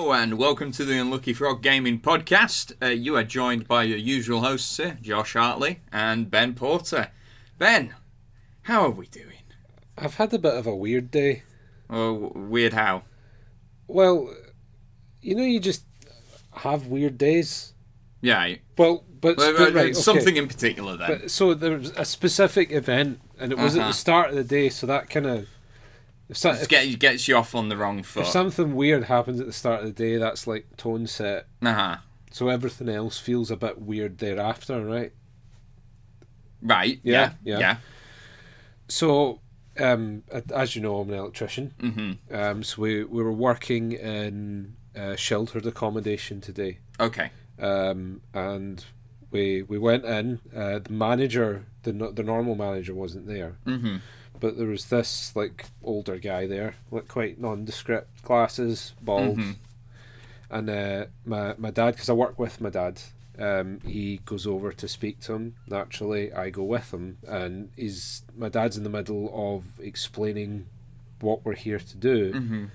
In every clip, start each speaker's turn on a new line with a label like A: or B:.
A: welcome to the Unlucky Frog Gaming Podcast. Uh, you are joined by your usual hosts here, Josh Hartley and Ben Porter. Ben, how are we doing?
B: I've had a bit of a weird day.
A: Oh, weird how?
B: Well, you know, you just have weird days.
A: Yeah,
B: Well, but,
A: well, well,
B: but right,
A: something
B: okay.
A: in particular then.
B: But, so there was a specific event, and it was at
A: Uh-huh.
B: the start of the day. So that kind of if, so,
A: It
B: if,
A: get- gets you off on the wrong
B: if
A: foot.
B: something weird happens at the start of the day, that's like tone set.
A: uh-huh.
B: So everything else feels a bit weird thereafter, right?
A: Right, yeah, yeah.
B: Yeah, yeah. So, um, a- as you know, I'm an electrician.
A: hmm
B: Um, so we we were working in uh, sheltered accommodation today.
A: Okay.
B: um, and we we went in. Uh, the manager, the no- the normal manager, wasn't there,
A: hmm
B: but there was this like older guy there, like quite nondescript, glasses, bald,
A: Mhm.
B: and uh, my my dad, because I work with my dad. Um, he goes over to speak to him. Naturally, I go with him, and he's my dad's in the middle of explaining what we're here to do,
A: hmm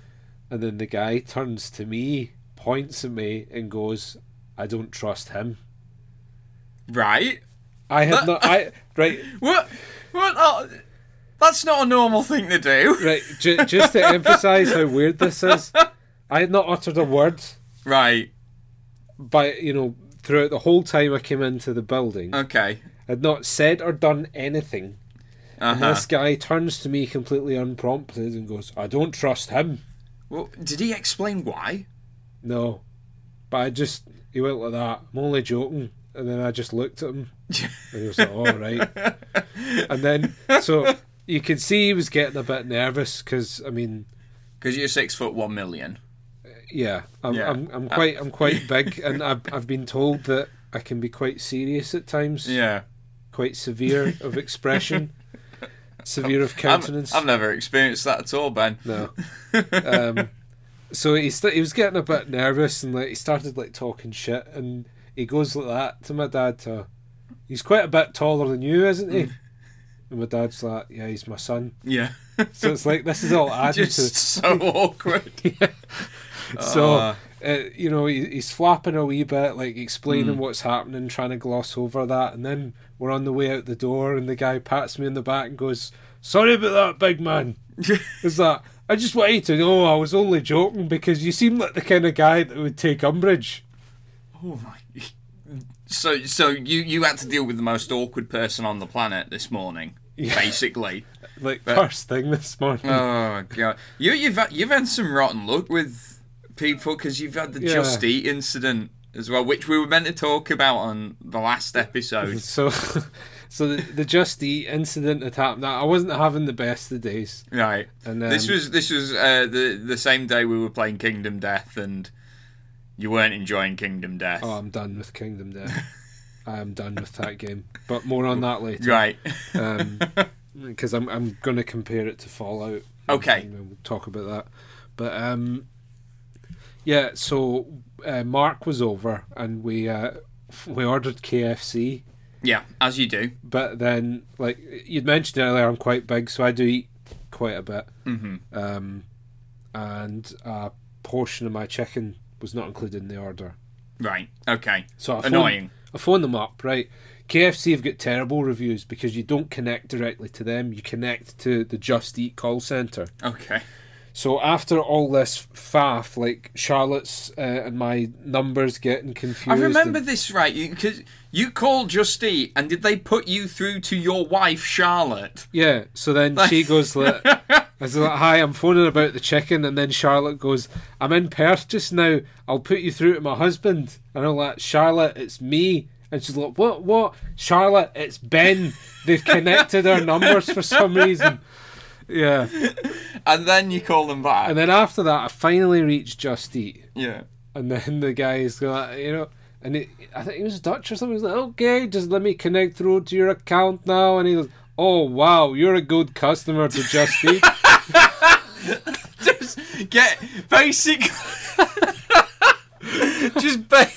B: and then the guy turns to me, points at me, and goes, "I don't trust him."
A: Right?
B: I had not. I right,
A: What? What? Oh, that's not a normal thing to do.
B: right. J- just to emphasize how weird this is, I had not uttered a word
A: Right,
B: by you know throughout the whole time I came into the building. I
A: okay.
B: had not said or done anything. And
A: Uh-huh.
B: this guy turns to me completely unprompted and goes, "I don't trust him."
A: Well, did he explain why?
B: No, but I just he went like that. I'm only joking. And then I just looked at him, and he was like, "All right." And then so you could see he was getting a bit nervous because I mean.
A: Because you're six foot one million.
B: Yeah, I'm,
A: Yeah.
B: I'm, I'm quite, I'm quite big, and I've, I've been told that I can be quite serious at times,
A: Yeah.
B: quite severe of expression, severe of
A: I'm-
B: countenance.
A: I've never experienced that at all, Ben.
B: No. Um, so he, st- he was getting a bit nervous, and like he started like talking shit, and he goes like that to my dad. To, he's quite a bit taller than you, isn't he? And my dad's like, yeah, he's my son.
A: Yeah.
B: So it's like this is all added to
A: Just so awkward.
B: So,
A: Ah.
B: uh, you know, he, he's flapping a wee bit, like explaining what's happening, trying to gloss over that. And then we're on the way out the door, and the guy pats me on the back and goes, Sorry about that, big man. Is that? I just want you to know I was only joking because you seem like the kind of guy that would take umbrage.
A: oh my. So, so you you had to deal with the most awkward person on the planet this morning, basically.
B: Like,
A: But-
B: first thing this morning.
A: Oh god, you you've had- you've had some rotten luck with people because you've had the
B: Yeah.
A: Just Eat incident as well, which we were meant to talk about on the last episode.
B: So, so the, the Just Eat incident had happened. I wasn't having the best of days.
A: Right.
B: And um,
A: this was this was uh, the the same day we were playing Kingdom Death, and you weren't enjoying Kingdom Death.
B: Oh, I'm done with Kingdom Death. I am done with that game. But more on that later.
A: right.
B: Because Um, I'm, I'm going to compare it to Fallout.
A: Okay.
B: And we'll talk about that. But um, yeah, so uh, Mark was over and we uh, we ordered KFC.
A: yeah, as you do.
B: But then, like you'd mentioned earlier, I'm quite big, so I do eat quite a bit.
A: hmm
B: Um, and a portion of my chicken was not included in the order.
A: Right. Okay.
B: So I phoned-
A: Annoying.
B: I phone them up, right? KFC have got terrible reviews because you don't connect directly to them. You connect to the Just Eat call center.
A: Okay.
B: So after all this faff, like Charlotte's uh, and my numbers getting confused.
A: I remember
B: and-
A: this right because you called Just Eat, and did they put you through to your wife Charlotte?
B: yeah. So then she goes like, I was like, "Hi, I'm phoning about the chicken," and then Charlotte goes, "I'm in Perth just now. I'll put you through to my husband." And I'm like, "Charlotte, it's me." And she's like, "What? What? Charlotte, it's Ben. They've connected our numbers for some reason." Yeah.
A: And then you call them back.
B: And then after that, I finally reached Just Eat,
A: yeah.
B: and then the guy's like, you know, and it, I think he was Dutch or something. He's like, okay, just let me connect through to your account now, and he goes, oh wow, you're a good customer to Just Eat.
A: just get basic just ba-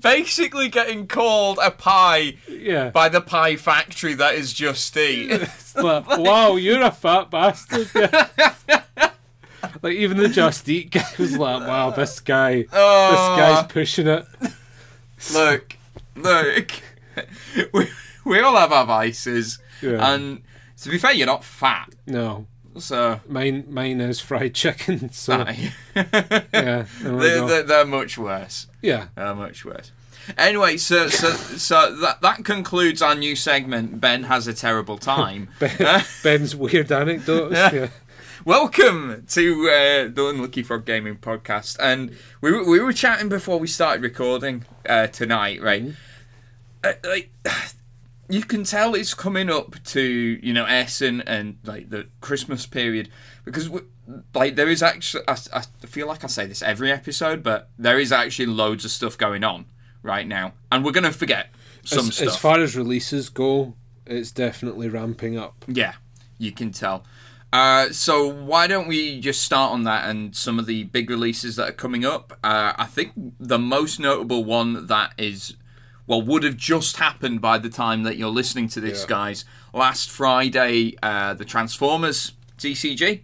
A: basically getting called a pie
B: yeah,
A: by the pie factory that is just eat
B: It's like, wow, you're a fat bastard. Yeah. Like even the Just Eat guy was like, "Wow, this guy, this
A: Oh,
B: guy's pushing it."
A: look, look. we, we all have our vices,
B: Yeah.
A: and to be fair, you're not fat,
B: No,
A: so.
B: mine, mine is fried chicken. So
A: yeah,
B: yeah, there we
A: they're,
B: go.
A: they're, they're much worse.
B: yeah.
A: They're much worse. Anyway, so so so that that concludes our new segment. Ben has a terrible time. Uh,
B: Ben's weird anecdotes.
A: Yeah.
B: Yeah.
A: Welcome to uh, the Unlucky Frog Gaming Podcast, and we were, we were chatting before we started recording uh, tonight, right?
B: Mm-hmm.
A: Uh, like, you can tell it's coming up to you know Essen and like the Christmas period because we, like there is actually I, I feel like I say this every episode, but there is actually loads of stuff going on right now, and we're gonna forget some
B: as,
A: stuff.
B: as far as releases go, it's definitely ramping up.
A: Yeah, you can tell. Uh, so why don't we just start on that and some of the big releases that are coming up? Uh, I think the most notable one that is, well, would have just happened by the time that you're listening to this,
B: Yeah.
A: guys. Last Friday, uh, the Transformers TCG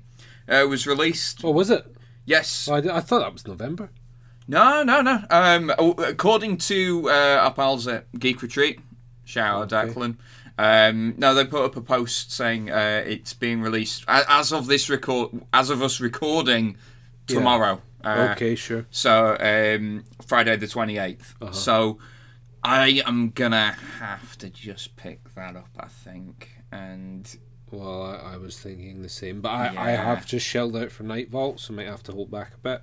A: uh, was released.
B: Oh, was it?
A: Yes.
B: I, I thought that was November.
A: No, no, no. Um, oh, according to uh, our pals at Geek Retreat, shout out
B: Okay.
A: Declan. Um, no, they put up a post saying uh, it's being released a- as of this record, as of us recording tomorrow. Uh,
B: okay, sure.
A: So um, Friday the 28th So I am gonna have to just pick that up, I think, and
B: Well, I, I was thinking the same, but I, I
A: Yeah.
B: have just shelled out for Night Vault, so I might have to hold back a bit.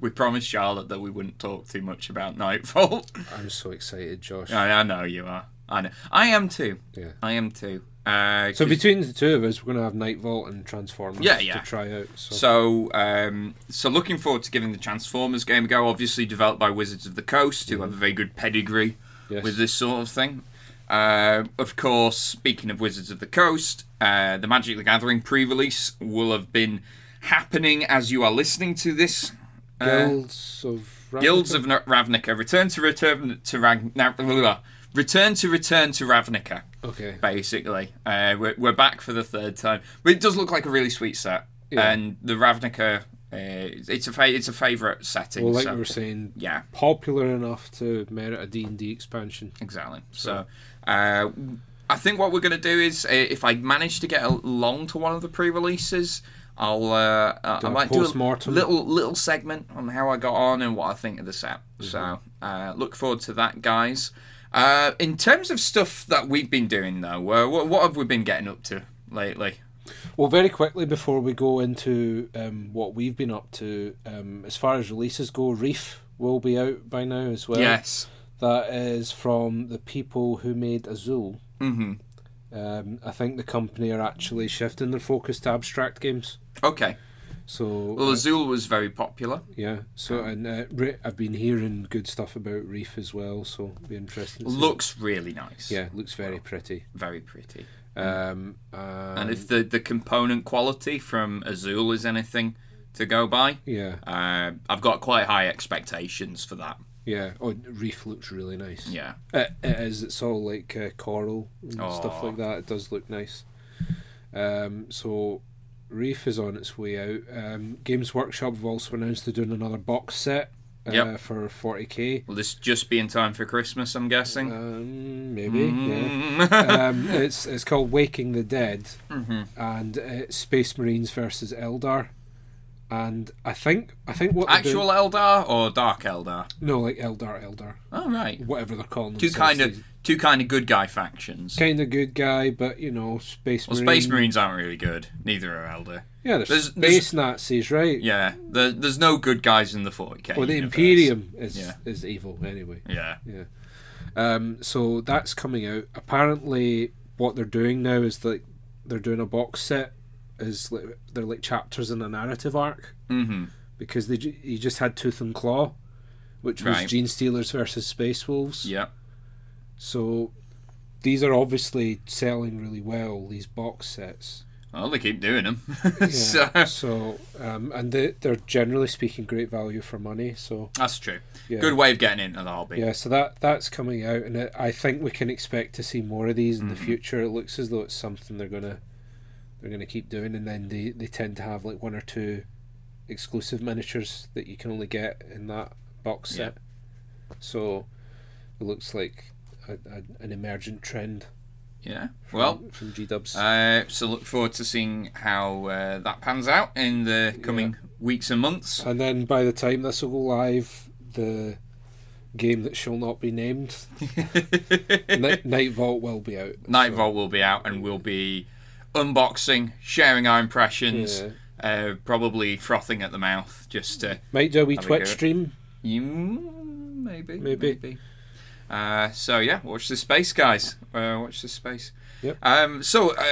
A: we promised Charlotte that we wouldn't talk too much about Nightfall.
B: I'm so excited, Josh.
A: Oh, I, I know you are. I know. I am too.
B: Yeah.
A: I am too. Uh,
B: So
A: 'cause-
B: between the two of us, we're going to have Night Vault and Transformers
A: Yeah, yeah.
B: to try out. So,
A: So, um, so looking forward to giving the Transformers game a go. Obviously, developed by Wizards of the Coast, who have a very good pedigree
B: Mm-hmm. Yes.
A: with this sort of thing. Uh, of course, speaking of Wizards of the Coast, uh, the Magic the Gathering pre-release will have been happening as you are listening to this. Uh,
B: Guilds of Ravnica?
A: Guilds of Na- Ravnica return to return to Ragn- Na- blah, blah, blah. return to return to Ravnica.
B: okay.
A: basically. Uh, we're, we're back for the third time, but it does look like a really sweet set.
B: Yeah.
A: And the Ravnica, uh, it's a fa- it's a favourite setting.
B: Well, like
A: so-
B: we were saying,
A: yeah,
B: popular enough to merit a D&D expansion.
A: exactly. So, uh, I think what we're gonna do is, uh, if I manage to get along to one of the pre-releases, I'll uh, I I
B: a
A: might do a
B: post-mortem.
A: little little segment on how I got on and what I think of the set.
B: Mm-hmm.
A: So, uh, look forward to that, guys. Uh, in terms of stuff that we've been doing though, uh, what, what have we been getting up to lately?
B: Well, very quickly before we go into um, what we've been up to, um, as far as releases go, Reef will be out by now as well.
A: Yes.
B: That is from the people who made Azul.
A: Mm-hmm.
B: Um, I think the company are actually shifting their focus to abstract games.
A: Okay.
B: So
A: Well,
B: uh,
A: Azul was very popular.
B: yeah, so
A: Um,
B: and uh, Re- I've been hearing good stuff about Reef as well. So it'll be interesting. to see.
A: Looks really nice.
B: yeah, looks very pretty.
A: Very pretty.
B: Um,
A: Mm. And if the, the component quality from Azul is anything to go by,
B: yeah,
A: uh, I've got quite high expectations for that.
B: yeah. Oh, Reef looks really nice.
A: Yeah.
B: It, it is. It's all like uh, coral and stuff
A: Aw.
B: like that. It does look nice. Um, so, Reef is on its way out. Um, Games Workshop have also announced they're doing another box set uh,
A: Yep.
B: for 40k.
A: Will this just be in time for Christmas, I'm guessing?
B: Um, maybe. Yeah.
A: Mm.
B: Um, it's it's called Waking the Dead,
A: Mhm.
B: and it's Space Marines versus Eldar. And I think I think what they're
A: Actual Eldar or Dark Eldar?
B: doing, no like Eldar Eldar
A: Oh, right.
B: whatever they're calling
A: Two kind of two kind of good guy factions.
B: kind of good guy, but you know Space
A: Well,
B: Marine.
A: Space Marines aren't really good. Neither are Eldar.
B: Yeah, there's,
A: There's-
B: space
A: there's-
B: Nazis, right?
A: Yeah, there, there's no good guys in the 40k.
B: Well, the
A: universe.
B: Imperium is
A: Yeah.
B: is evil anyway.
A: Yeah.
B: Um, so that's coming out. Apparently, what they're doing now is like they're doing a box set. Is like, they're like chapters in a narrative arc
A: Mm-hmm.
B: because they ju- you just had Tooth and Claw, which was
A: Right.
B: Gene Stealers versus Space Wolves.
A: Yeah.
B: So these are obviously selling really well. These box sets.
A: Well, they keep doing them. so
B: Yeah. so um, and they, they're generally speaking great value for money. So
A: that's true.
B: Yeah.
A: Good way of getting into the hobby.
B: Yeah, so that that's coming out, and it, I think we can expect to see more of these in the
A: Mm-hmm.
B: future. It looks as though it's something they're gonna they're gonna keep doing, and then they, they tend to have like one or two exclusive miniatures that you can only get in that box set. So it looks like a, a, an emergent trend
A: Yeah. Well,
B: from G Dubs.
A: uh, so look forward to seeing how uh, that pans out in the coming weeks and months.
B: and then by the time this will go live, the game that shall not be named, Night, Night Vault, will be out.
A: Night Vault will be out, and we'll be unboxing, sharing our impressions,
B: Yeah.
A: uh, probably frothing at the mouth, just to
B: Might do a wee
A: That'd be
B: Twitch
A: good.
B: stream.
A: you maybe
B: Maybe.
A: Uh, so yeah, watch this space, guys. Uh, watch this space.
B: Yep.
A: Um, so uh,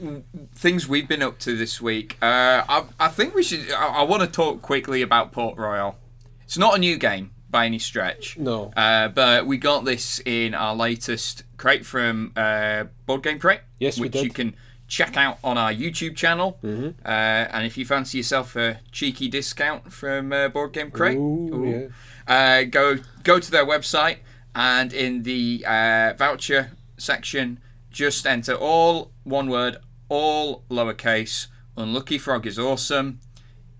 A: w- things we've been up to this week. Uh, I, I think we should. I, I want to talk quickly about Port Royal. It's not a new game by any stretch.
B: No.
A: Uh, but we got this in our latest crate from uh, Board Game Crate.
B: Yes, we
A: which
B: did. Mm-hmm.
A: you can check out on our YouTube channel. Uh, and if you fancy yourself a cheeky discount from uh, Board Game Crate,
B: Ooh,
A: uh, go go to their website and in the uh, voucher section, just enter all one word, all lowercase. Unlucky Frog is awesome.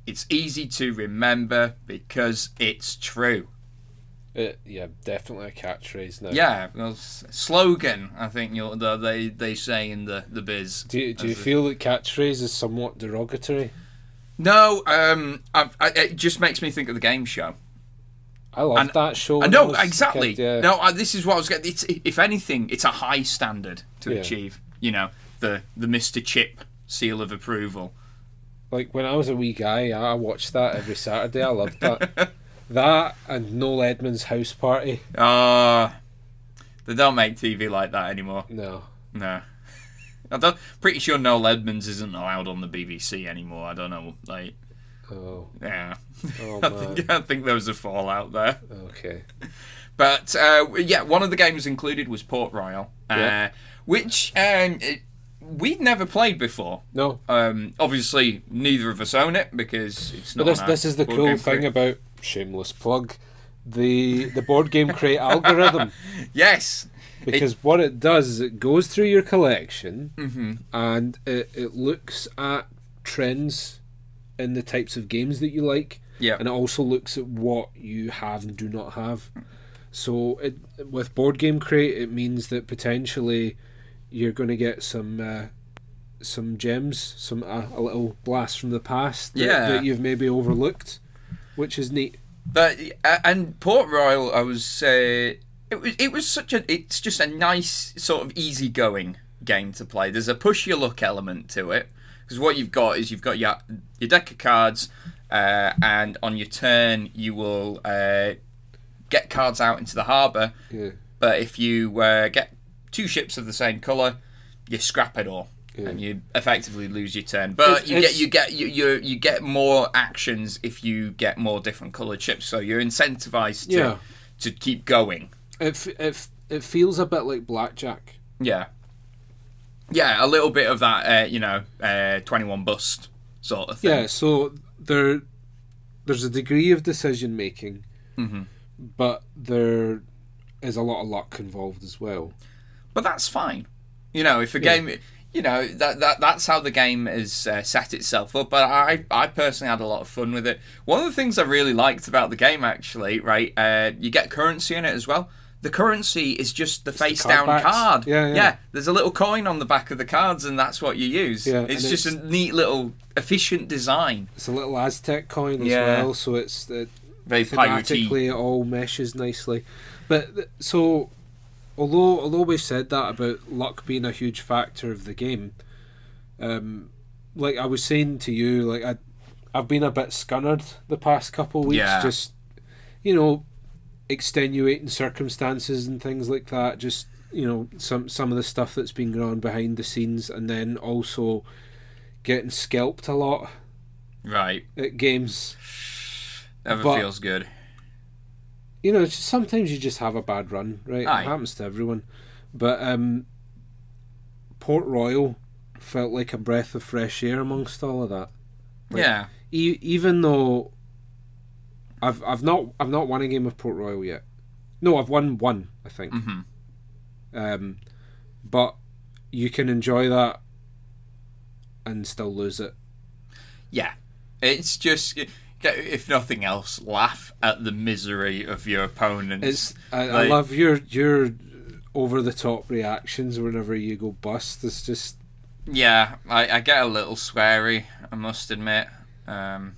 A: It's easy to remember because it's true.
B: Uh, yeah, definitely a catchphrase now.
A: Yeah, well, s- slogan. I think you'll, the, they they say in the the biz.
B: Do you, do you
A: That's it.
B: feel that catchphrase is somewhat derogatory?
A: No, um, I've, I, it just makes me think of the game show.
B: I loved
A: And-
B: that show.
A: I
B: when
A: know
B: was a
A: exactly.
B: kid, yeah.
A: No, I, this is what I was getting. It's, if anything, it's a high standard to
B: Yeah.
A: achieve. You know, the the Mister Chip seal of approval.
B: Like when I was a wee guy, I I watched that every Saturday. I loved that. that and Noel Edmonds' house party.
A: Ah, they don't make TV like that anymore.
B: No.
A: No. I don't, pretty sure Noel Edmonds isn't allowed on the BBC anymore. I don't know. Like,
B: Oh.
A: yeah,
B: Oh
A: I
B: man.
A: think I think there was a fallout there.
B: Okay.
A: But uh, yeah, one of the games included was Port Royal, uh,
B: Yeah.
A: which um, it- we'd never played before.
B: No.
A: Um, obviously, neither of us own it because it's not.
B: But this
A: on our
B: this is the
A: board
B: cool
A: game
B: thing
A: crew.
B: about shameless plug, the the board game crate algorithm.
A: Yes,
B: Because what it does is it goes through your collection and it, it looks at trends in the types of games that you like.
A: Yeah.
B: And it also looks at what you have and do not have. So it, with Board Game Crate, it means that potentially you're going to get some. Uh, some gems, some uh, a little blast from the past that,
A: Yeah.
B: that you've maybe overlooked, which is neat.
A: but uh, and Port Royal, I was. Uh, it was. It was such a. It's just a nice sort of easygoing game to play. There's a push your luck element to it because what you've got is you've got your your deck of cards, uh, and on your turn you will uh, get cards out into the harbour.
B: Yeah,
A: But if you uh, get two ships of the same color, you scrap it all, and you effectively lose your turn. But
B: It's-
A: you
B: it's-
A: get you get you, you you get more actions if you get more different colored ships. So you're incentivized to
B: Yeah.
A: to keep going.
B: it f- it, f- it feels a bit like blackjack.
A: Yeah, yeah, a little bit of that. Uh, you know, uh, twenty-one bust sort of thing.
B: Yeah, so there, there's a degree of decision making, but there is a lot of luck involved as well.
A: but that's fine. You know, if a game, you know that, that that's how the game has uh, set itself up. But I I personally had a lot of fun with it. One of the things I really liked about the game, actually, right? Uh, you get currency in it as well. The currency is just the face
B: card
A: down
B: backs.
A: card.
B: Yeah, yeah.
A: There's a little coin on the back of the cards, and that's what you use.
B: Yeah,
A: it's
B: and
A: just a neat little efficient design.
B: It's a little Aztec coin as
A: Yeah.
B: well, so it's uh,
A: Very piratey.
B: thematically it all meshes nicely. But th- so, although although we've said that about luck being a huge factor of the game, um, like I was saying to you, like I, I've been a bit scunnered the past couple weeks,
A: Yeah.
B: just you know, extenuating circumstances and things like that. Just you know, some some of the stuff that's been going on behind the scenes, and then also getting scalped a lot
A: Right.
B: at games.
A: Never
B: But-
A: feels good.
B: you know, it's just, sometimes you just have a bad run, right?
A: Aye.
B: It happens to everyone. But um, Port Royal felt like a breath of fresh air amongst all of that. Like-
A: yeah.
B: E- even though I've I've not I've not won a game of Port Royal yet. No, I've won one, I think.
A: hmm
B: Um, but you can enjoy that and still lose it.
A: Yeah, it's just get, if nothing else, laugh at the misery of your opponent.
B: It's I, I
A: Like-
B: love your your over the top reactions whenever you go bust. It's just
A: Yeah, I, I get a little sweary, I must admit. Um,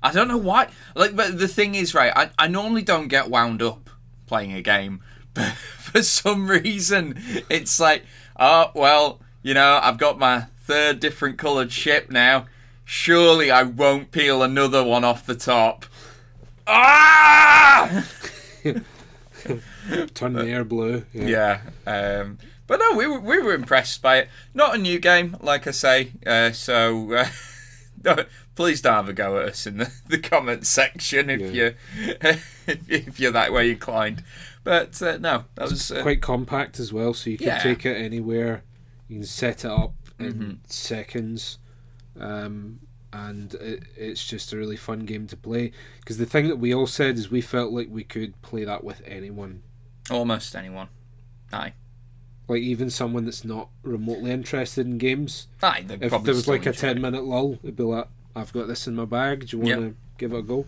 A: I don't know why. Like, but the thing is, right? I, I normally don't get wound up playing a game, but for some reason, it's like, oh well, you know, I've got my third different coloured ship now. Surely I won't peel another one off the top. Ah!
B: turn
A: Uh,
B: the air blue. Yeah.
A: Yeah. Um, but no, we were, we were impressed by it. Not a new game, like I say. Uh, so uh, no, please don't have a go at us in the, the comment section if
B: Yeah.
A: you're if, if you're that way inclined. But uh, no, that was uh,
B: Quite compact as well, so you can
A: Yeah. Mm-hmm.
B: take it anywhere. You can set it up in seconds, um, and it, it's just a really fun game to play. Because the thing that we all said is we felt like we could play that with anyone,
A: almost anyone. Aye,
B: like even someone that's not remotely interested in games.
A: aye. they'd
B: If
A: Ah, probably
B: there was
A: still
B: like a
A: enjoy it.
B: ten minute lull, it'd be like, "I've got this in my bag. Do you
A: Yeah.
B: want to give it a go?"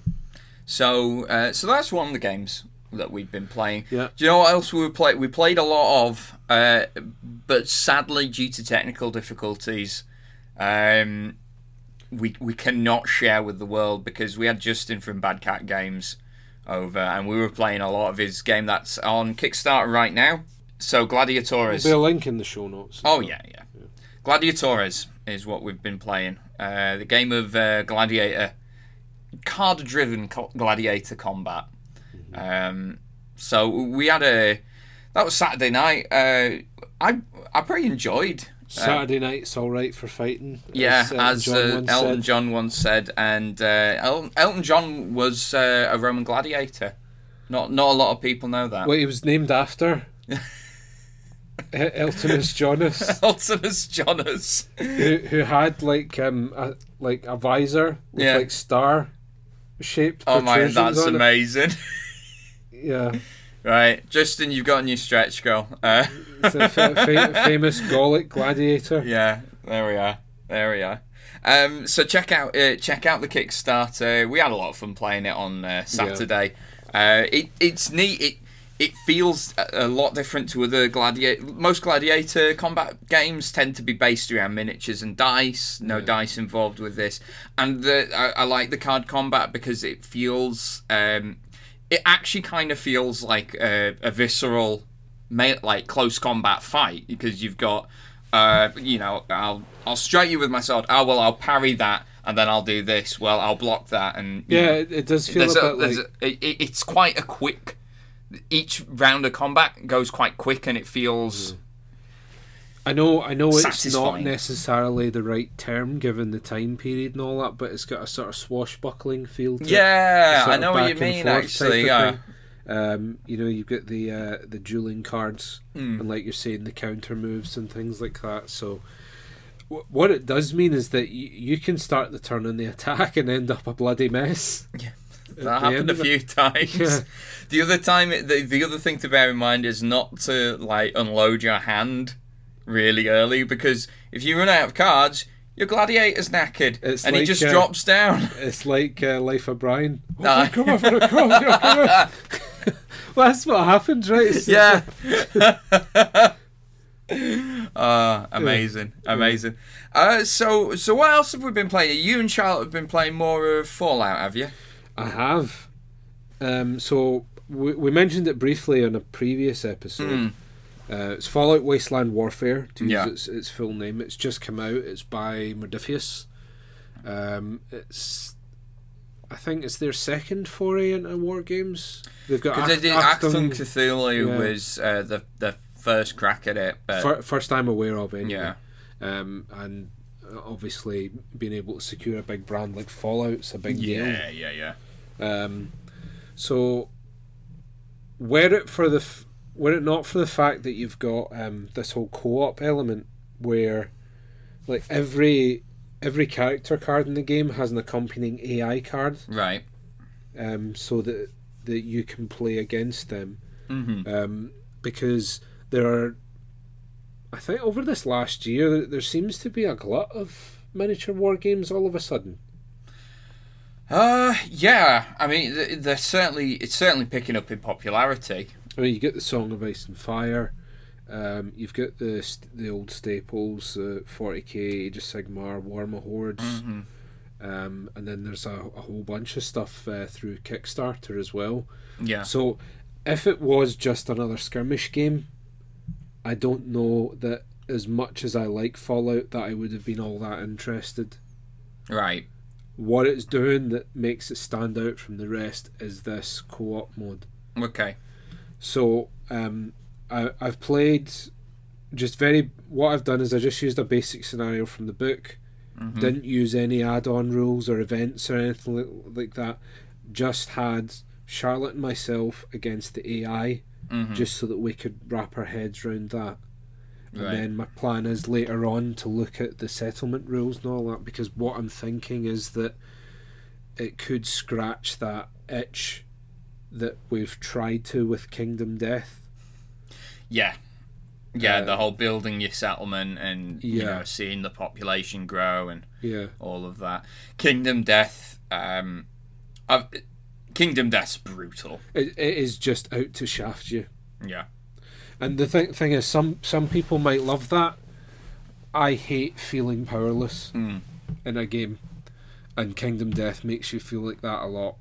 A: So uh, so that's one of the games that we've been playing.
B: Yeah.
A: Do you know what else we were play? We played a lot of, uh, but sadly due to technical difficulties, um, we we cannot share with the world because we had Justin from Bad Cat Games over, and we were playing a lot of his game that's on Kickstarter right now. So Gladiatores.
B: There'll be a link in the show notes.
A: Oh yeah, yeah. Gladiatores is what we've been playing. Uh, the game of uh, gladiator, card-driven co- gladiator combat.
B: Mm-hmm.
A: Um, so we had a that was Saturday night. Uh, I I pretty enjoyed.
B: Saturday night's all right for fighting.
A: Yeah,
B: Elton
A: as
B: John
A: uh,
B: once
A: Elton
B: said.
A: John once said, and uh, El- Elton John was uh, a Roman gladiator. Not not a lot of people know that.
B: Well, he was named after Eltonus Jonas,
A: Eltonus Jonas.
B: who, who had like um a, like a visor with
A: Yeah.
B: like star shaped.
A: Oh my, that's
B: on it.
A: amazing.
B: Yeah,
A: Right, Justin, you've got a new stretch goal. Uh,
B: it's a fa- fa- famous Gallic gladiator.
A: yeah, there we are. There we are. Um, so check out uh, check out the Kickstarter. We had a lot of fun playing it on uh, Saturday. Uh, it it's neat. It it feels a- a lot different to other gladiator. Most gladiator combat games tend to be based around miniatures and dice. No dice involved with this. And the, I, I like the card combat because it feels. Um, it actually kind of feels like a, a visceral ma- like close combat fight because you've got uh you know I'll I'll strike you with my sword. Oh well, I'll parry that and then I'll do this. Well, I'll block that and you
B: Yeah,
A: know,
B: it, it does feel
A: there's
B: a
A: a,
B: bit
A: there's
B: like
A: a, it, it- it's quite a quick each round of combat goes quite quick and it feels
B: I know, I know, it's
A: Satisfying.
B: not necessarily the right term given the time period and all that, but it's got a sort of swashbuckling feel. to it.
A: yeah
B: sort
A: I
B: of
A: know what you
B: back and
A: mean
B: forth
A: actually
B: type
A: yeah
B: of thing. Um, you know, you've got the uh, the dueling cards,
A: Hmm.
B: and like you're saying, the counter moves and things like that. So, w- what it does mean is that you, you can start the turn on the attack and end up a bloody mess.
A: that
B: the end
A: happened a
B: of it.
A: few times
B: Yeah.
A: the other time the, the other thing to bear in mind is not to like unload your hand really early because if you run out of cards your gladiator's knackered
B: It's
A: and he
B: like,
A: just
B: uh,
A: drops down
B: It's like uh, Life of Brian. Oh,
A: Aye.
B: come on, come on, come on, come on. well, that's what happens, right? It's-
A: yeah. Ah, amazing, amazing. Uh, so, so what else have we been playing? You and Charlotte have been playing more of Fallout, have you?
B: I have. Um, so we, we mentioned it briefly on a previous episode. Uh, it's Fallout Wasteland Warfare, to use
A: Hmm. Yeah.
B: its, its full name. It's just come out. It's by Modifius. Um, it's, I think, it's their second foray into war games. They've got
A: Because I did
B: Act-
A: Actum
B: Actum,
A: Cthulhu
B: yeah.
A: was uh, the the first crack at it, but
B: fir- first I'm aware of anyway.
A: yeah,
B: Um, and obviously being able to secure a big brand like Fallout's a big deal.
A: yeah, yeah, yeah.
B: Um, so, were it for the f- were it not for the fact that you've got um, this whole co-op element where, like every every character card in the game has an accompanying AI card,
A: Right.
B: um, so that that you can play against them,
A: Mm-hmm.
B: um, because there are, I think over this last year there, there seems to be a glut of miniature war games all of a sudden.
A: Uh, yeah. I mean, th- they're certainly it's certainly picking up in popularity.
B: I mean, you get the Song of Ice and Fire. Um, you've got the st- the old staples, uh, 40k, Age of Sigmar, Warma Hordes, um, and then there's a, a whole bunch of stuff uh, through Kickstarter as well.
A: Yeah.
B: So, if it was just another skirmish game, I don't know that as much as I like Fallout, that I would have been all that interested.
A: Right.
B: What it's doing that makes it stand out from the rest is this co-op mode.
A: Okay.
B: So um, I, I've played just very. What I've done is I just used a basic scenario from the book.
A: Mm-hmm. Hmm.
B: Didn't use any add-on rules or events or anything li- like that. Just had Charlotte and myself against the AI, just so that we could wrap our heads around that. And
A: Right.
B: then my plan is later on to look at the settlement rules and all that because what I'm thinking is that it could scratch that itch that we've tried to with Kingdom Death.
A: Yeah. Yeah,
B: Uh,
A: the whole building your settlement and you
B: Yeah.
A: know seeing the population grow and
B: Yeah.
A: all of that. Kingdom Death. Um, I've, Kingdom Death's brutal.
B: It, it is just out to shaft you.
A: Yeah.
B: And the th- thing is, some, some people might love that. I hate feeling powerless in a game. And Kingdom Death makes you feel like that a lot.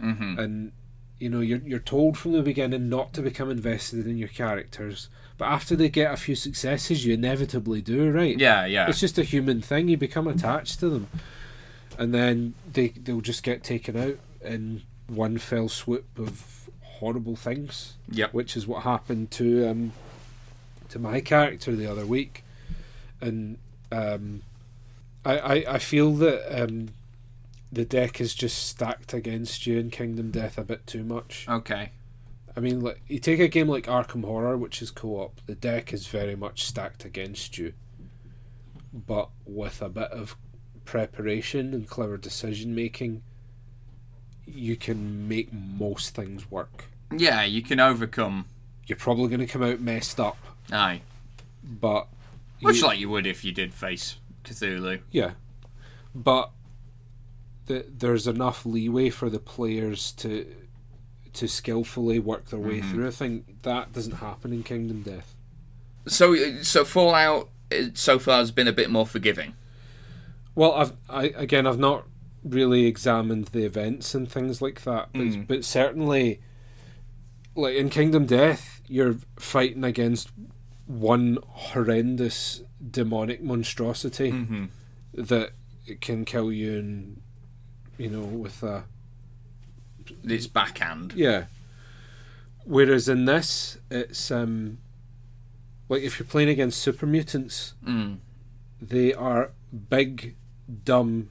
A: Mm-hmm.
B: and you know you're you're told from the beginning not to become invested in your characters, but after they get a few successes, you inevitably do, right?
A: Yeah, yeah,
B: It's just a human thing. You become attached to them, and then they they'll just get taken out in one fell swoop of horrible things,
A: yep.
B: which is what happened to um, to my character the other week, and um, I, I I feel that um, the deck is just stacked against you in Kingdom Death a bit too much.
A: Okay.
B: I mean, like you take a game like Arkham Horror, which is co-op, the deck is very much stacked against you, but with a bit of preparation and clever decision making, you can make most things work.
A: Yeah, you can overcome.
B: You're probably going to come out messed up,
A: Aye.
B: but
A: Much
B: you-
A: like you would if you did face Cthulhu.
B: yeah, but th- there's enough leeway for the players to to skillfully work their way
A: Mm-hmm.
B: through. I think that doesn't happen in Kingdom Death.
A: So, so Fallout uh, so far has been a bit more forgiving.
B: Well, I've I again I've not really examined the events and things like that, but,
A: Mm.
B: but certainly, like in Kingdom Death, you're fighting against one horrendous demonic monstrosity
A: Mm-hmm.
B: that can kill you and you know with a
A: It's backhand.
B: yeah. Whereas in this, it's um like if you're playing against super mutants,
A: Mm.
B: they are big, dumb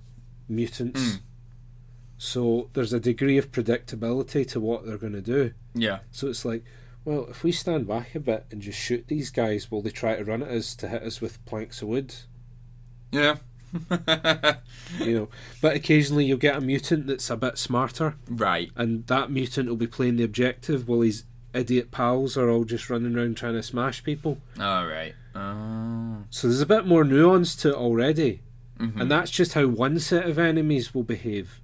B: mutants.
A: Mm.
B: So there's a degree of predictability to what they're going to do.
A: Yeah.
B: So it's like, well, if we stand back a bit and just shoot these guys, will they try to run at us to hit us with planks of wood?
A: Yeah.
B: You know, but occasionally you'll get a mutant that's a bit smarter,
A: right.
B: and that mutant will be playing the objective while his idiot pals are all just running around trying to smash people.
A: All right. Oh.
B: So there's a bit more nuance to it already. And that's just how one set of enemies will behave.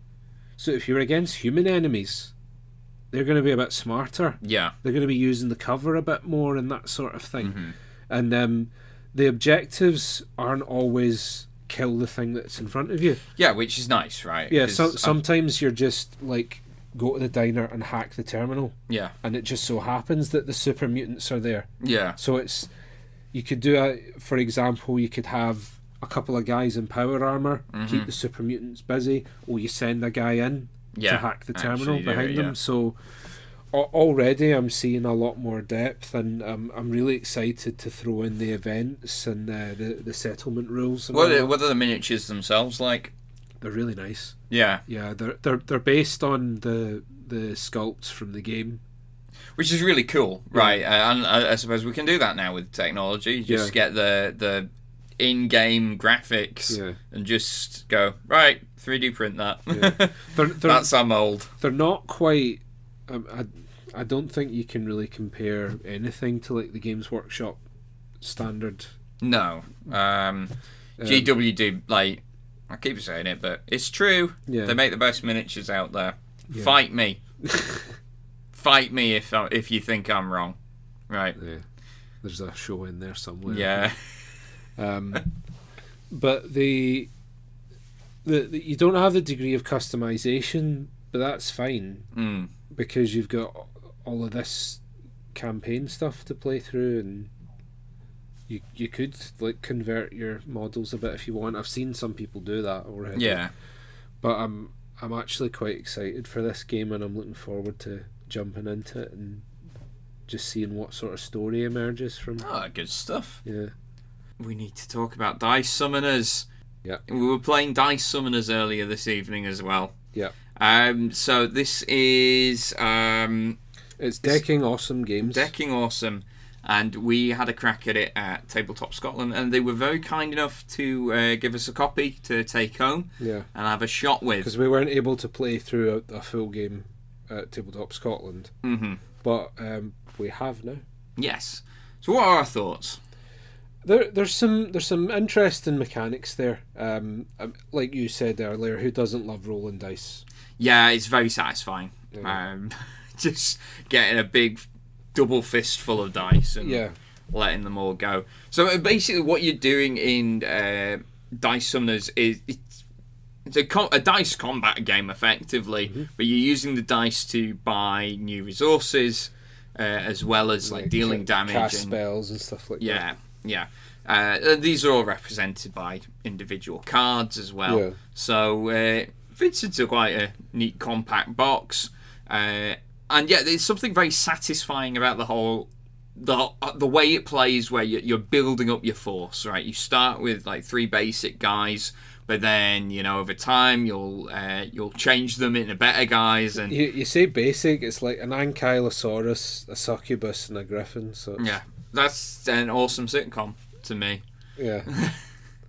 B: So if you're against human enemies, they're going to be a bit smarter.
A: Yeah.
B: They're going to be using the cover a bit more and that sort of thing. And um, the objectives aren't always kill the thing that's in front of you.
A: Yeah, which is nice, right?
B: Yeah,
A: 'Cause
B: so,
A: I'm-
B: sometimes you're just like go to the diner and hack the terminal.
A: yeah.
B: And it just so happens that the super mutants are there.
A: Yeah.
B: So it's you could do a for example, you could have a couple of guys in power armor
A: Mm-hmm.
B: keep the super mutants busy, or you send a guy in to
A: Yeah,
B: hack the
A: actually
B: terminal
A: do
B: behind
A: it,
B: them.
A: yeah.
B: So al- already I'm seeing a lot more depth, and um, I'm really excited to throw in the events and uh, the the settlement rules. And all
A: What are,
B: that.
A: what are the miniatures themselves like?
B: They're really nice.
A: Yeah,
B: Yeah, they're they're they're based on the the sculpts from the game.
A: which is really cool, right? Uh, and I, I suppose we can do that now with technology. Just
B: Yeah.
A: get the the in-game graphics
B: Yeah.
A: and just go right 3D print that.
B: They're, they're,
A: That's our mold.
B: they're not quite. Um, I I don't think you can really compare anything to like the Games Workshop standard. um,
A: No, um, GWD like I keep saying it, but it's true.
B: Yeah.
A: They make the best miniatures out there. Fight me. Fight me if I, if you think I'm wrong. Right.
B: Yeah. There's a show in there somewhere.
A: Yeah.
B: Um, but the, the, the- you don't have the degree of customization, but that's fine
A: Mm.
B: because you've got all of this campaign stuff to play through and you you could like convert your models a bit if you want. I've seen some people do that already.
A: Yeah.
B: But I'm I'm actually quite excited for this game and I'm looking forward to jumping into it and just seeing what sort of story emerges from
A: Oh, good stuff.
B: yeah.
A: We need to talk about dice summoners.
B: Yeah.
A: We were playing dice summoners earlier this evening as well.
B: Yeah.
A: Um. So this is um
B: It's decking awesome games.
A: Decking Awesome, and we had a crack at it at Tabletop Scotland, and they were very kind enough to uh, give us a copy to take home
B: yeah.
A: and have a shot with.
B: Because we weren't able to play through a, a full game at Tabletop Scotland,
A: hmm
B: but um, we have now.
A: Yes. So, what are our thoughts?
B: There, there's some there's some interesting mechanics there. Um, um, like you said earlier, who doesn't love rolling dice?
A: Yeah, it's very satisfying.
B: Yeah.
A: Um, just getting a big double fistful of dice and
B: Yeah,
A: letting them all go. So uh, basically, what you're doing in uh, Dice Summoners is it's, it's a, co- a dice combat game, effectively, but you're using the dice to buy new resources uh, as well as like, dealing
B: ca-
A: damage.
B: cast
A: and,
B: spells and stuff like that.
A: yeah, yeah. Uh, and these are all represented by individual cards as well.
B: Yeah.
A: So uh, fits into quite a neat compact box, uh, and yeah, there's something very satisfying about the whole. The, uh, the way it plays where you- you're building up your force right you start with like three basic guys but then you know over time you'll uh, you'll change them into better guys and
B: You, you say basic, it's like an ankylosaurus, a succubus, and a griffin. So
A: yeah that's an awesome sitcom to me
B: yeah,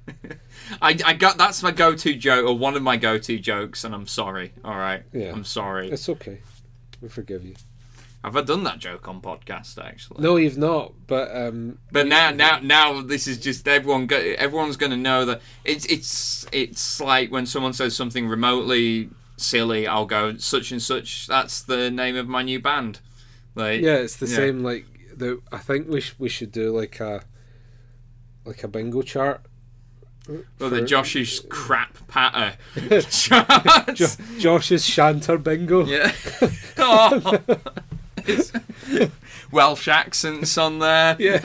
A: I, I got that's my go-to joke or one of my go-to jokes, and I'm sorry. All right,
B: Yeah.
A: I'm sorry.
B: it's okay. We forgive you.
A: Have I done that joke on podcast actually?
B: No, you've not. But um,
A: But now, now, now, this is just everyone. Go, everyone's going to know that it's it's it's like when someone says something remotely silly, I'll go such and such. That's the name of my new band. Like,
B: yeah, it's the
A: Yeah.
B: same. Like the, I think we sh- we should do like a like a bingo chart.
A: well, the
B: for-
A: Josh's crap patter. charts.
B: Jo- Josh's shanter bingo.
A: Yeah. oh. It's- Welsh accents on there.
B: Yeah.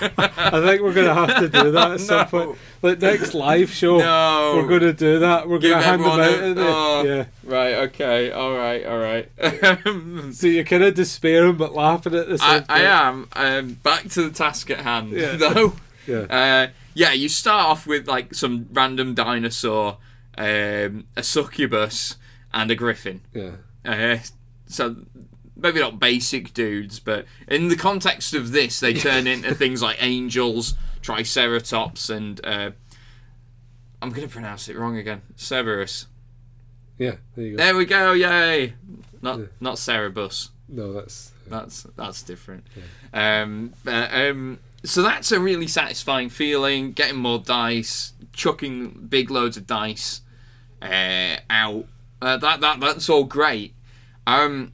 B: I think we're gonna have to do that at some
A: No.
B: point. Like next live show,
A: No.
B: we're gonna do that. We're
A: Give
B: gonna hand them
A: everyone
B: out.
A: a-
B: at the-
A: oh.
B: Yeah.
A: Right. Okay. All right. All right.
B: So you're kind of despairing but laughing at the same
A: I,
B: time.
A: I am. Um, back to the task at hand,
B: Yeah.
A: though.
B: Yeah.
A: Uh, yeah. You start off with like some random dinosaur, um, a succubus, and a griffin.
B: Yeah.
A: Uh, so maybe not basic dudes, but in the context of this, they turn into things like angels, triceratops, and uh, I'm going to pronounce it wrong again. Cerberus.
B: Yeah. There you go.
A: There we go! Yay. Not
B: Yeah.
A: not Cerebus.
B: No, that's
A: That's that's different. Um, uh, um, so that's a really satisfying feeling. Getting more dice, chucking big loads of dice uh, out. Uh, that that that's all great. Um,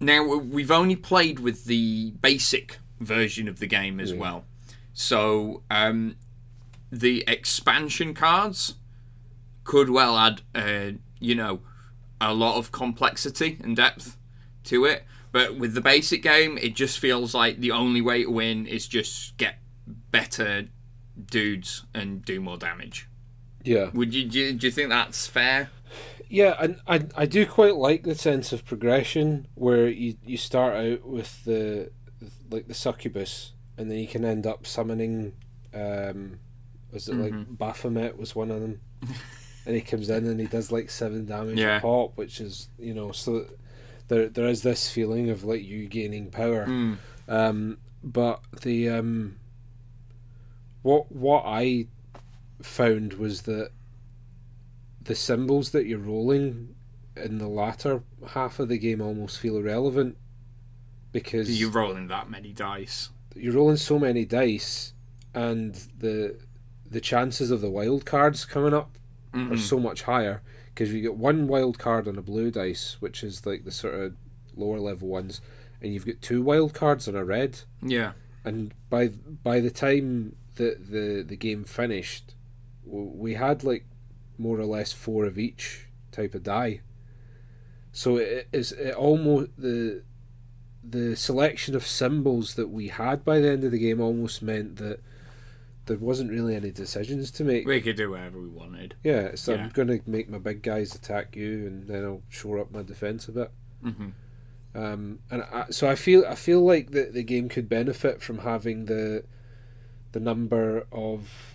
A: now w- we've only played with the basic version of the game as well, so um, the expansion cards could well add, uh, you know, a lot of complexity and depth to it. But with the basic game, it just feels like the only way to win is just get better dudes and do more damage.
B: yeah.
A: Would you do, you- do you think that's fair?
B: Yeah, and I I do quite like the sense of progression where you you start out with the like the succubus, and then you can end up summoning. Um, was it
A: Mm-hmm.
B: like Baphomet was one of them, and he comes in and he does like seven damage
A: Yeah.
B: a pop, which is you know so there there is this feeling of like you gaining power.
A: Mm.
B: Um, but the um, what what I found was that the symbols that you're rolling in the latter half of the game almost feel irrelevant because
A: You're rolling that many dice.
B: you're rolling so many dice and the the chances of the wild cards coming up
A: Mm-hmm. Hmm.
B: are so much higher because you get one wild card on a blue dice, which is like the sort of lower level ones, and you've got two wild cards on a red.
A: Yeah.
B: And by by the time that the the game finished, w- we had like more or less four of each type of die. So it is it almost the the selection of symbols that we had by the end of the game almost meant that there wasn't really any decisions to make.
A: We could do whatever we wanted.
B: Yeah, so
A: Yeah.
B: I'm going to make my big guys attack you, and then I'll shore up my defense a bit.
A: Mhm.
B: Um, and I, so I feel I feel like the, the game could benefit from having the the number of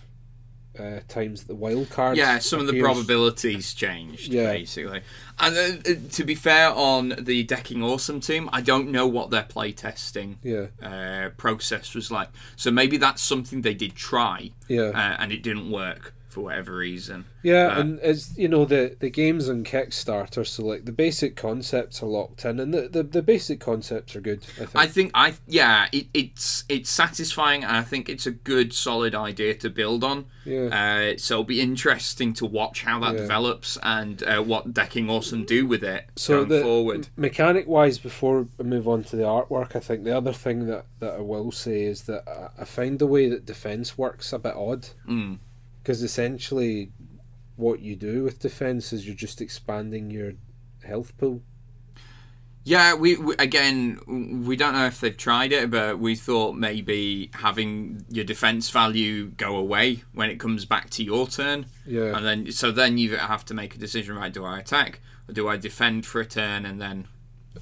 B: uh, times that the wild cards.
A: Yeah, some of the
B: appears.
A: probabilities changed
B: Yeah.
A: basically. And uh, uh, to be fair on the decking awesome team, I don't know what their playtesting
B: Yeah,
A: uh, process was like. So maybe that's something they did try
B: yeah,
A: uh, and it didn't work for whatever reason.
B: yeah,
A: uh,
B: and it's you know the the games on Kickstarter, so like the basic concepts are locked in, and the, the, the basic concepts are good. I think.
A: I think I yeah, it, it's it's satisfying and I think it's a good solid idea to build on.
B: yeah,
A: Uh, so it'll be interesting to watch how that
B: Yeah.
A: develops and uh, what Decking Awesome do with it
B: So
A: going
B: the-
A: forward.
B: mechanic wise before I move on to the artwork I think the other thing that, that I will say is that I- I find the way that defense works a bit odd
A: Mm.
B: because essentially what you do with defense is you're just expanding your health pool
A: Yeah, we, we again we don't know if they've tried it, but we thought maybe having your defense value go away when it comes back to your turn,
B: yeah
A: and then so then you have to make a decision: right, do I attack or do I defend for a turn, and then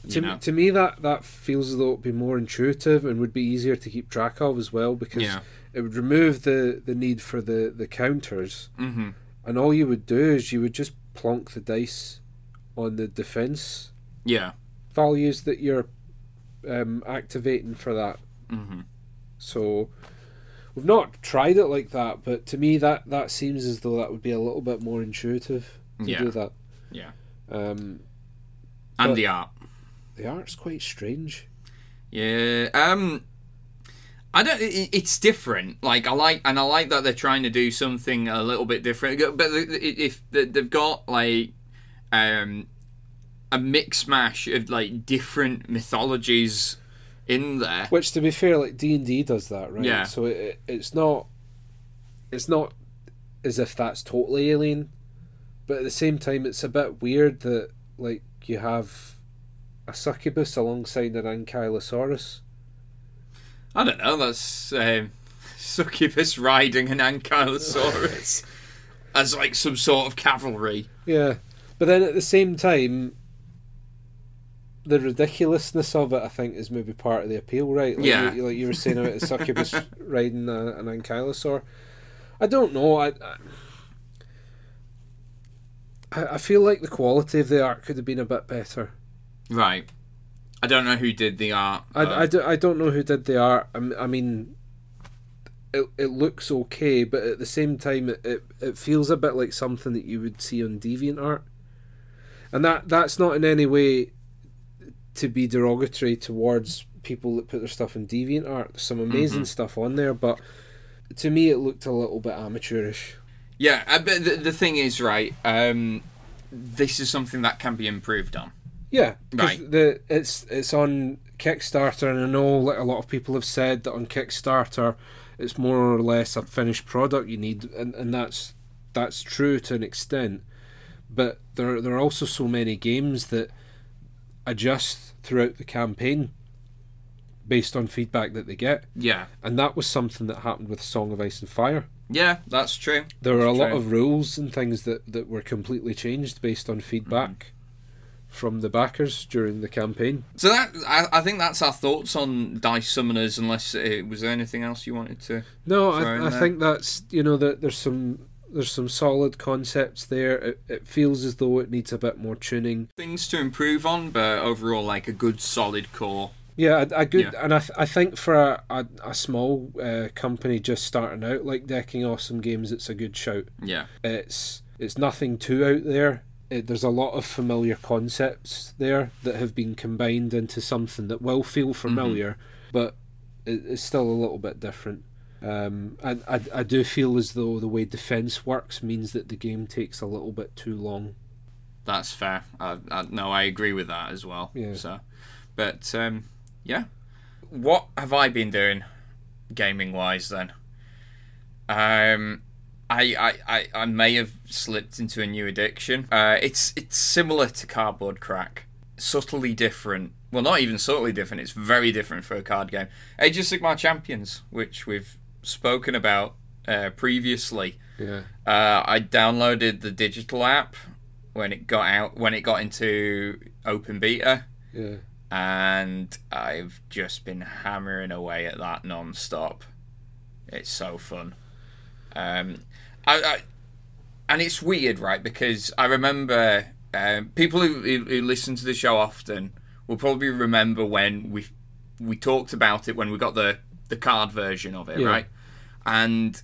A: you
B: to,
A: know,
B: me, to me that that feels as though it'd be more intuitive and would be easier to keep track of as well because
A: Yeah.
B: it would remove the the need for the the counters
A: hmm
B: and all you would do is you would just plonk the dice on the defense
A: yeah,
B: values that you're um, activating for that.
A: hmm
B: So we've not tried it like that, but to me that that seems as though that would be a little bit more intuitive to
A: Yeah.
B: do that.
A: Yeah. and
B: Um, But-
A: the art.
B: the art's quite strange.
A: Yeah. Um I don't it, it's different. Like I like and I like that they're trying to do something a little bit different. But the- the- if the- they've got like um a mix mash of like different mythologies in there.
B: Which, to be fair, like D and D does that, right?
A: Yeah.
B: So it, it's not it's not as if that's totally alien, but at the same time, it's a bit weird that like you have a succubus alongside an ankylosaurus.
A: I don't know. That's um, succubus riding an ankylosaurus as like some sort of cavalry.
B: Yeah, but then at the same time, the ridiculousness of it, I think, is maybe part of the appeal, right? Like
A: Yeah.
B: you, like you were saying about the succubus riding a, an ankylosaur. I don't know. I, I I feel like the quality of the art could have been a bit better.
A: Right. I don't know who did the art.
B: I,
A: but-
B: I, do, I don't know who did the art. I, m- I mean, it, it looks okay, but at the same time, it, it, it feels a bit like something that you would see on DeviantArt. And that that's not in any way to be derogatory towards people that put their stuff in DeviantArt. There's some amazing stuff on there, but to me, it looked a little bit amateurish.
A: Yeah, I, but the, the thing is, right, um, this is something that can be improved on.
B: Yeah, 'cause
A: Right.
B: The it's it's on Kickstarter, and I know like a lot of people have said that on Kickstarter, it's more or less a finished product you need, and, and that's that's true to an extent. But there there are also so many games that adjust throughout the campaign based on feedback that they get,
A: Yeah,
B: and that was something that happened with Song of Ice and Fire.
A: yeah, that's true.
B: There were a lot
A: true.
B: of rules and things that, that were completely changed based on feedback
A: Mm-hmm.
B: from the backers during the campaign.
A: So that I, I think that's our thoughts on dice summoners. Unless uh, was there anything else you wanted to?
B: No,
A: throw in
B: I, I
A: there.
B: think that's you know that there's some there's some solid concepts there. It, it feels as though it needs a bit more tuning.
A: Things to improve on, but overall, like a good solid core.
B: Yeah, a, a good and I, th- I think for a a, a small uh, company just starting out like decking awesome games, it's a good shout.
A: Yeah,
B: It's it's nothing too out there. It, there's a lot of familiar concepts there that have been Mm-hmm. combined into something that will feel familiar, but it, it's still a little bit different. Um, and I, I do feel as though the way defense works means that the game takes a little bit too long.
A: That's fair. I, I, no, I agree with that as well.
B: Yeah.
A: So, but um, yeah, what have I been doing, gaming wise? Then, um, I, I, I, I may have slipped into a new addiction. Uh, it's it's similar to cardboard crack, subtly different. Well, not even subtly different. It's very different for a card game. Age of Sigmar Champions, which we've spoken about uh, previously.
B: Yeah.
A: Uh, I downloaded the digital app when it got out when it got into open beta,
B: Yeah.
A: and I've just been hammering away at that non-stop. It's so fun. Um, I, I and it's weird, right? Because I remember um, people who, who, who listen to the show often will probably remember when we we talked about it when we got the the card version of it,
B: Yeah.
A: right? And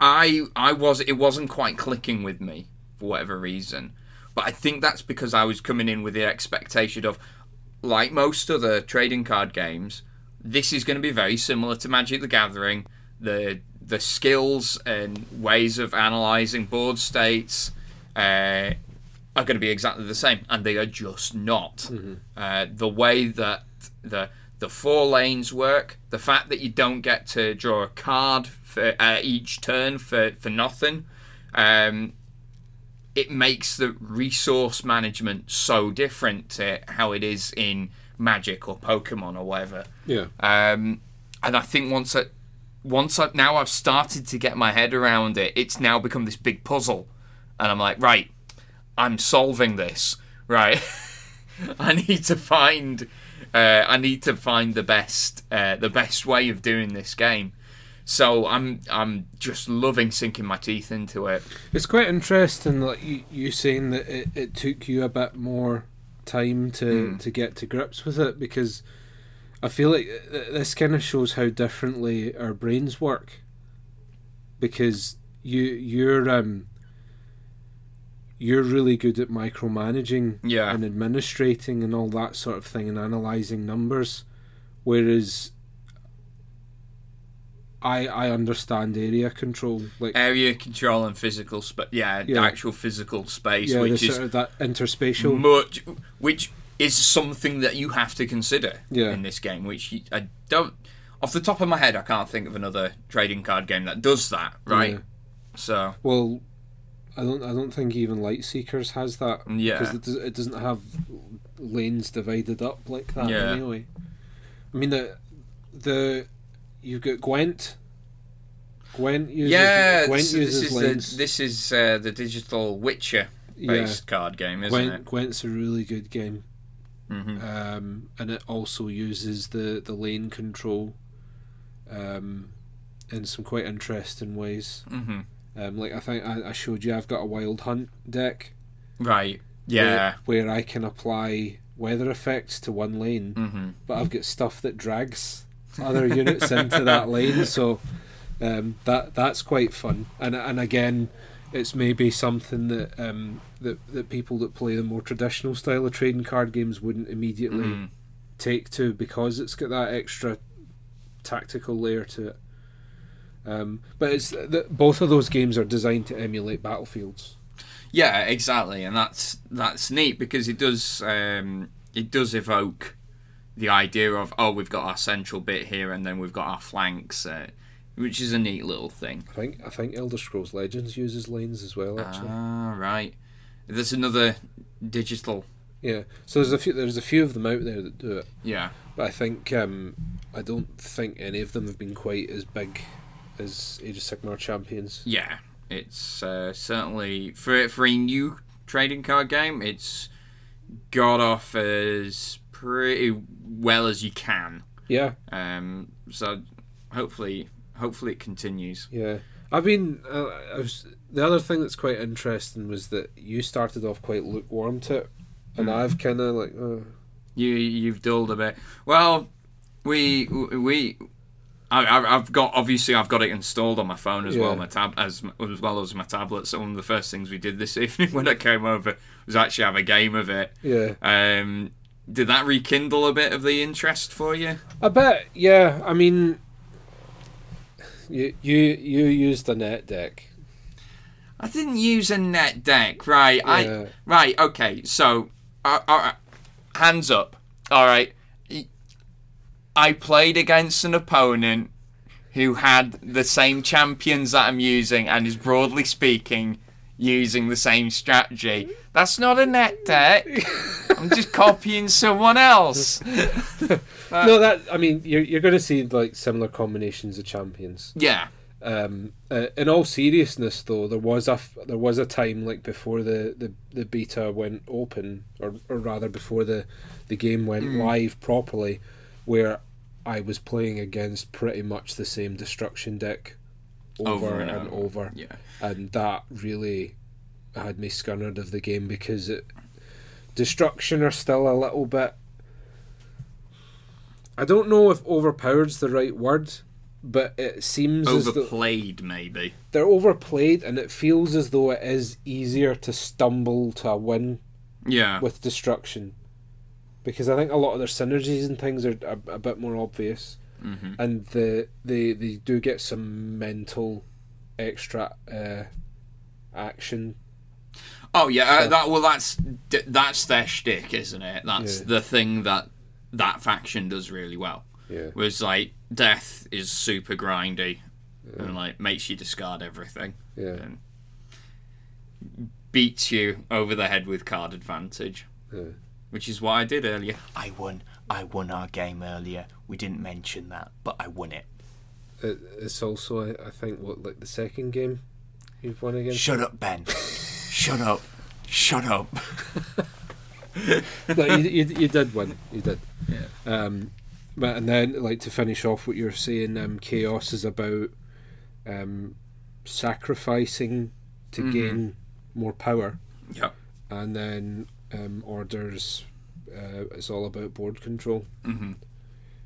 A: I I was it wasn't quite clicking with me for whatever reason, but I think that's because I was coming in with the expectation of like most other trading card games, this is going to be very similar to Magic the Gathering. The the skills and ways of analyzing board states uh, are going to be exactly the same, and they are just not. Uh, the way that the the four lanes work, the fact that you don't get to draw a card for uh, each turn for for nothing. Um, it makes the resource management so different to how it is in Magic or Pokemon or whatever.
B: Yeah.
A: Um, and I think once I, once I, now I've started to get my head around it, it's now become this big puzzle, and I'm like, right, I'm solving this. Right, I need to find, uh, I need to find the best, uh, the best way of doing this game. So I'm, I'm just loving sinking my teeth into it.
B: It's quite interesting, like you, you saying that it, it took you a bit more time to, to get to grips with it because I feel like th- th- this kind of shows how differently our brains work. Because you you're um you're really good at micromanaging
A: Yeah.
B: and administrating and all that sort of thing and analyzing numbers, whereas I I understand area control like
A: area control and physical space. Yeah,
B: Yeah.
A: actual physical space,
B: yeah,
A: which
B: the
A: is
B: sort of that interspatial.
A: much, which is something that you have to consider
B: Yeah.
A: in this game. Which you- I don't, off the top of my head, I can't think of another trading card game that does that. Right.
B: Yeah.
A: So
B: Well, I don't. I don't think even Lightseekers has that.
A: Yeah.
B: because it, does, it doesn't have lanes divided up like that.
A: Yeah.
B: Anyway, I mean the the you've got Gwent. Gwent uses
A: yeah,
B: Gwent
A: this,
B: uses
A: this is
B: lanes.
A: the this is uh, the digital Witcher
B: yeah,
A: based card game, isn't
B: Gwent,
A: it?
B: Gwent's a really good game,
A: Mhm.
B: um, and it also uses the the lane control, um, in some quite interesting ways.
A: hmm
B: Um, like I think I, I showed you, I've got a Wild Hunt deck.
A: Right. Yeah.
B: where- Where, I can apply weather effects to one lane,
A: hmm
B: but I've got stuff that drags other units into that lane, so um, that that's quite fun. And and again, it's maybe something that um, that that people that play the more traditional style of trading card games wouldn't immediately
A: Mm.
B: take to because it's got that extra tactical layer to it. Um, but it's th- both of those games are designed to emulate battlefields.
A: Yeah, exactly, and that's that's neat because it does um, it does evoke the idea of oh we've got our central bit here and then we've got our flanks, uh, which is a neat little thing.
B: I think I think Elder Scrolls Legends uses lanes as well. Actually,
A: Ah, right. There's another digital.
B: yeah. So there's a few there's a few of them out there that do it,
A: Yeah,
B: but I think um, I don't think any of them have been quite as big as Age of Sigmar Champions.
A: yeah. It's uh, certainly for for a new trading card game. It's got off as pretty well as you can.
B: Yeah,
A: Um, so hopefully, hopefully it continues.
B: yeah. I've been. Uh, I was, the other thing that's quite interesting was that you started off quite lukewarm to it, and I've kind of like. Uh,
A: You you've dulled a bit. Well, we we. I, I- I've got obviously I've got it installed on my phone as well
B: Yeah.
A: my tab as as well as my tablet. So one of the first things we did this evening when I came over was actually have a game of it.
B: yeah,
A: Um, did that rekindle a bit of the interest for you?
B: I bet. Yeah, I mean, You you you used a net deck.
A: I didn't use a net deck, right?
B: Yeah.
A: I right. Okay, so uh, uh, hands up. All right, I played against an opponent who had the same champions that I'm using, and is broadly speaking using the same strategy. That's not a net deck. I'm just copying someone else.
B: no, that I mean, you're you're going to see like similar combinations of champions.
A: Yeah.
B: Um, uh, in all seriousness, though, there was a f- there was a time like before the, the, the beta went open, or, or rather before the the game went live properly, where I was playing against pretty much the same destruction deck over, and, over,
A: Yeah.
B: and that really had me scunnered of the game because it destruction are still a little bit. I don't know if overpowered's the right word, but it seems as though
A: Overplayed, maybe.
B: they're overplayed and it feels as though it is easier to stumble to a win
A: Yeah.
B: with destruction because I think a lot of their synergies and things are a, a bit more obvious
A: Mhm.
B: and the they they do get some mental extra uh, action
A: Oh yeah, uh,
B: So-
A: that well, that's d- that's their shtick, isn't it? That's
B: Yeah.
A: the thing that that faction does really well.
B: yeah
A: Was like death is super grindy, and like makes you discard everything,
B: yeah
A: beats you over the head with card advantage,
B: Yeah.
A: which is what I did earlier.
C: I won. I won our game earlier. We didn't mention that, but I won it.
B: it, it's also I, I think what like the second game you've won against
C: Shut up, Ben. Shut up. Shut up.
B: no, you, you, you did win. You did.
A: Yeah.
B: Um, but and then, like to finish off what you're saying, um, chaos is about um, sacrificing to gain more power,
A: Yeah.
B: and then um, orders uh, is all about board control.
A: Mm-hmm.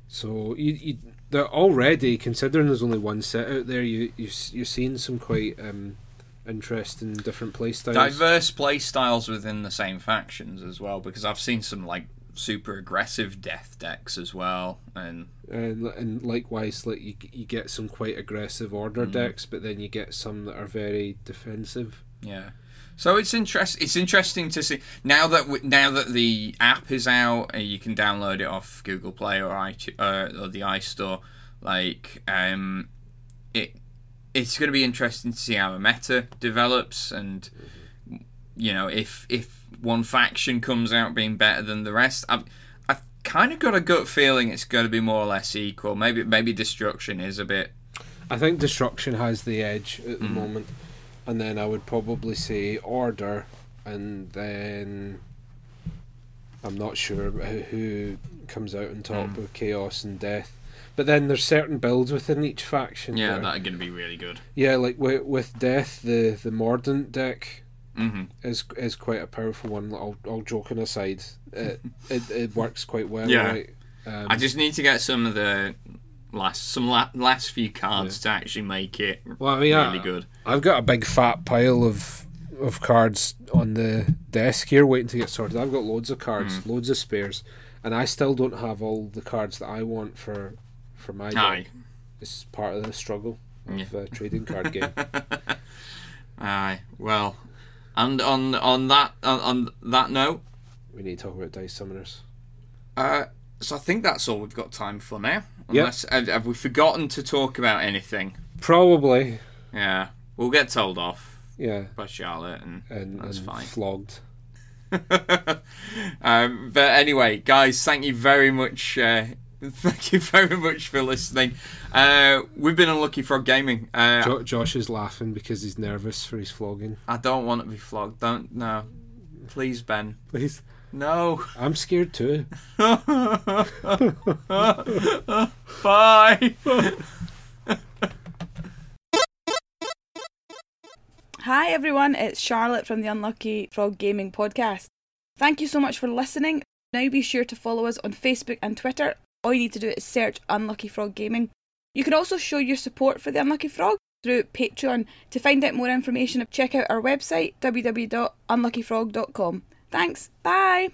B: So you, you they're already considering there's only one set out there. You you you're seeing some quite um, interesting different playstyles.
A: Diverse play styles within the same factions as well, because I've seen some like super aggressive death decks as well, and
B: and and likewise, like you, you get some quite aggressive
A: Mm.
B: order decks, but then you get some that are very defensive.
A: Yeah. So it's interest. It's interesting to see now that we, now that the app is out, uh, you can download it off Google Play or iTunes, uh, or the iStore. Like, um, it it's going to be interesting to see how a meta develops, and you know if if one faction comes out being better than the rest. I've I've kind of got a gut feeling it's going to be more or less equal. Maybe maybe destruction is a bit.
B: I think destruction has the edge at
A: Mm.
B: the moment, and then I would probably say order, and then I'm not sure who- who comes out on top
A: Mm.
B: with chaos and death. But then there's certain builds within each faction.
A: Yeah,
B: where-
A: that are going to be really good.
B: yeah, like with, with death, the the mordant deck
A: hmm
B: is is quite a powerful one. All, all joking aside, it, it it works quite well.
A: Yeah.
B: Right? Um,
A: I just need to get some of the last some la- last few cards to actually make it
B: well, I mean, I-
A: really good.
B: I've got a big fat pile of of cards on the desk here, waiting to get sorted. I've got loads of cards,
A: Mm.
B: loads of spares, and I still don't have all the cards that I want for for my
A: Aye.
B: deck. This is part of the struggle of uh, trading card game.
A: Aye. Well, and on on that on, on that note,
B: we need to talk about dice summoners.
A: uh, so I think that's all we've got time for now. Unless have, have we forgotten to talk about anything?
B: Probably,
A: Yeah, we'll get told off
B: yeah,
A: by Charlotte, and
B: and,
A: that's
B: and
A: fine.
B: flogged.
A: um, but anyway, guys, thank you very much. Uh, thank you very much for listening. Uh, we've been unlucky Frog Gaming. Uh,
B: Jo- Josh is laughing because he's nervous for his flogging.
A: I don't want to be flogged. Don't no. Please, Ben.
B: Please,
A: No.
B: I'm scared too.
A: Bye.
D: Hi everyone, it's Charlotte from the Unlucky Frog Gaming Podcast. Thank you so much for listening. Now be sure to follow us on Facebook and Twitter. All you need to do is search Unlucky Frog Gaming. You can also show your support for the Unlucky Frog through Patreon. To find out more information, check out our website www.unluckyfrog.com. Thanks, bye!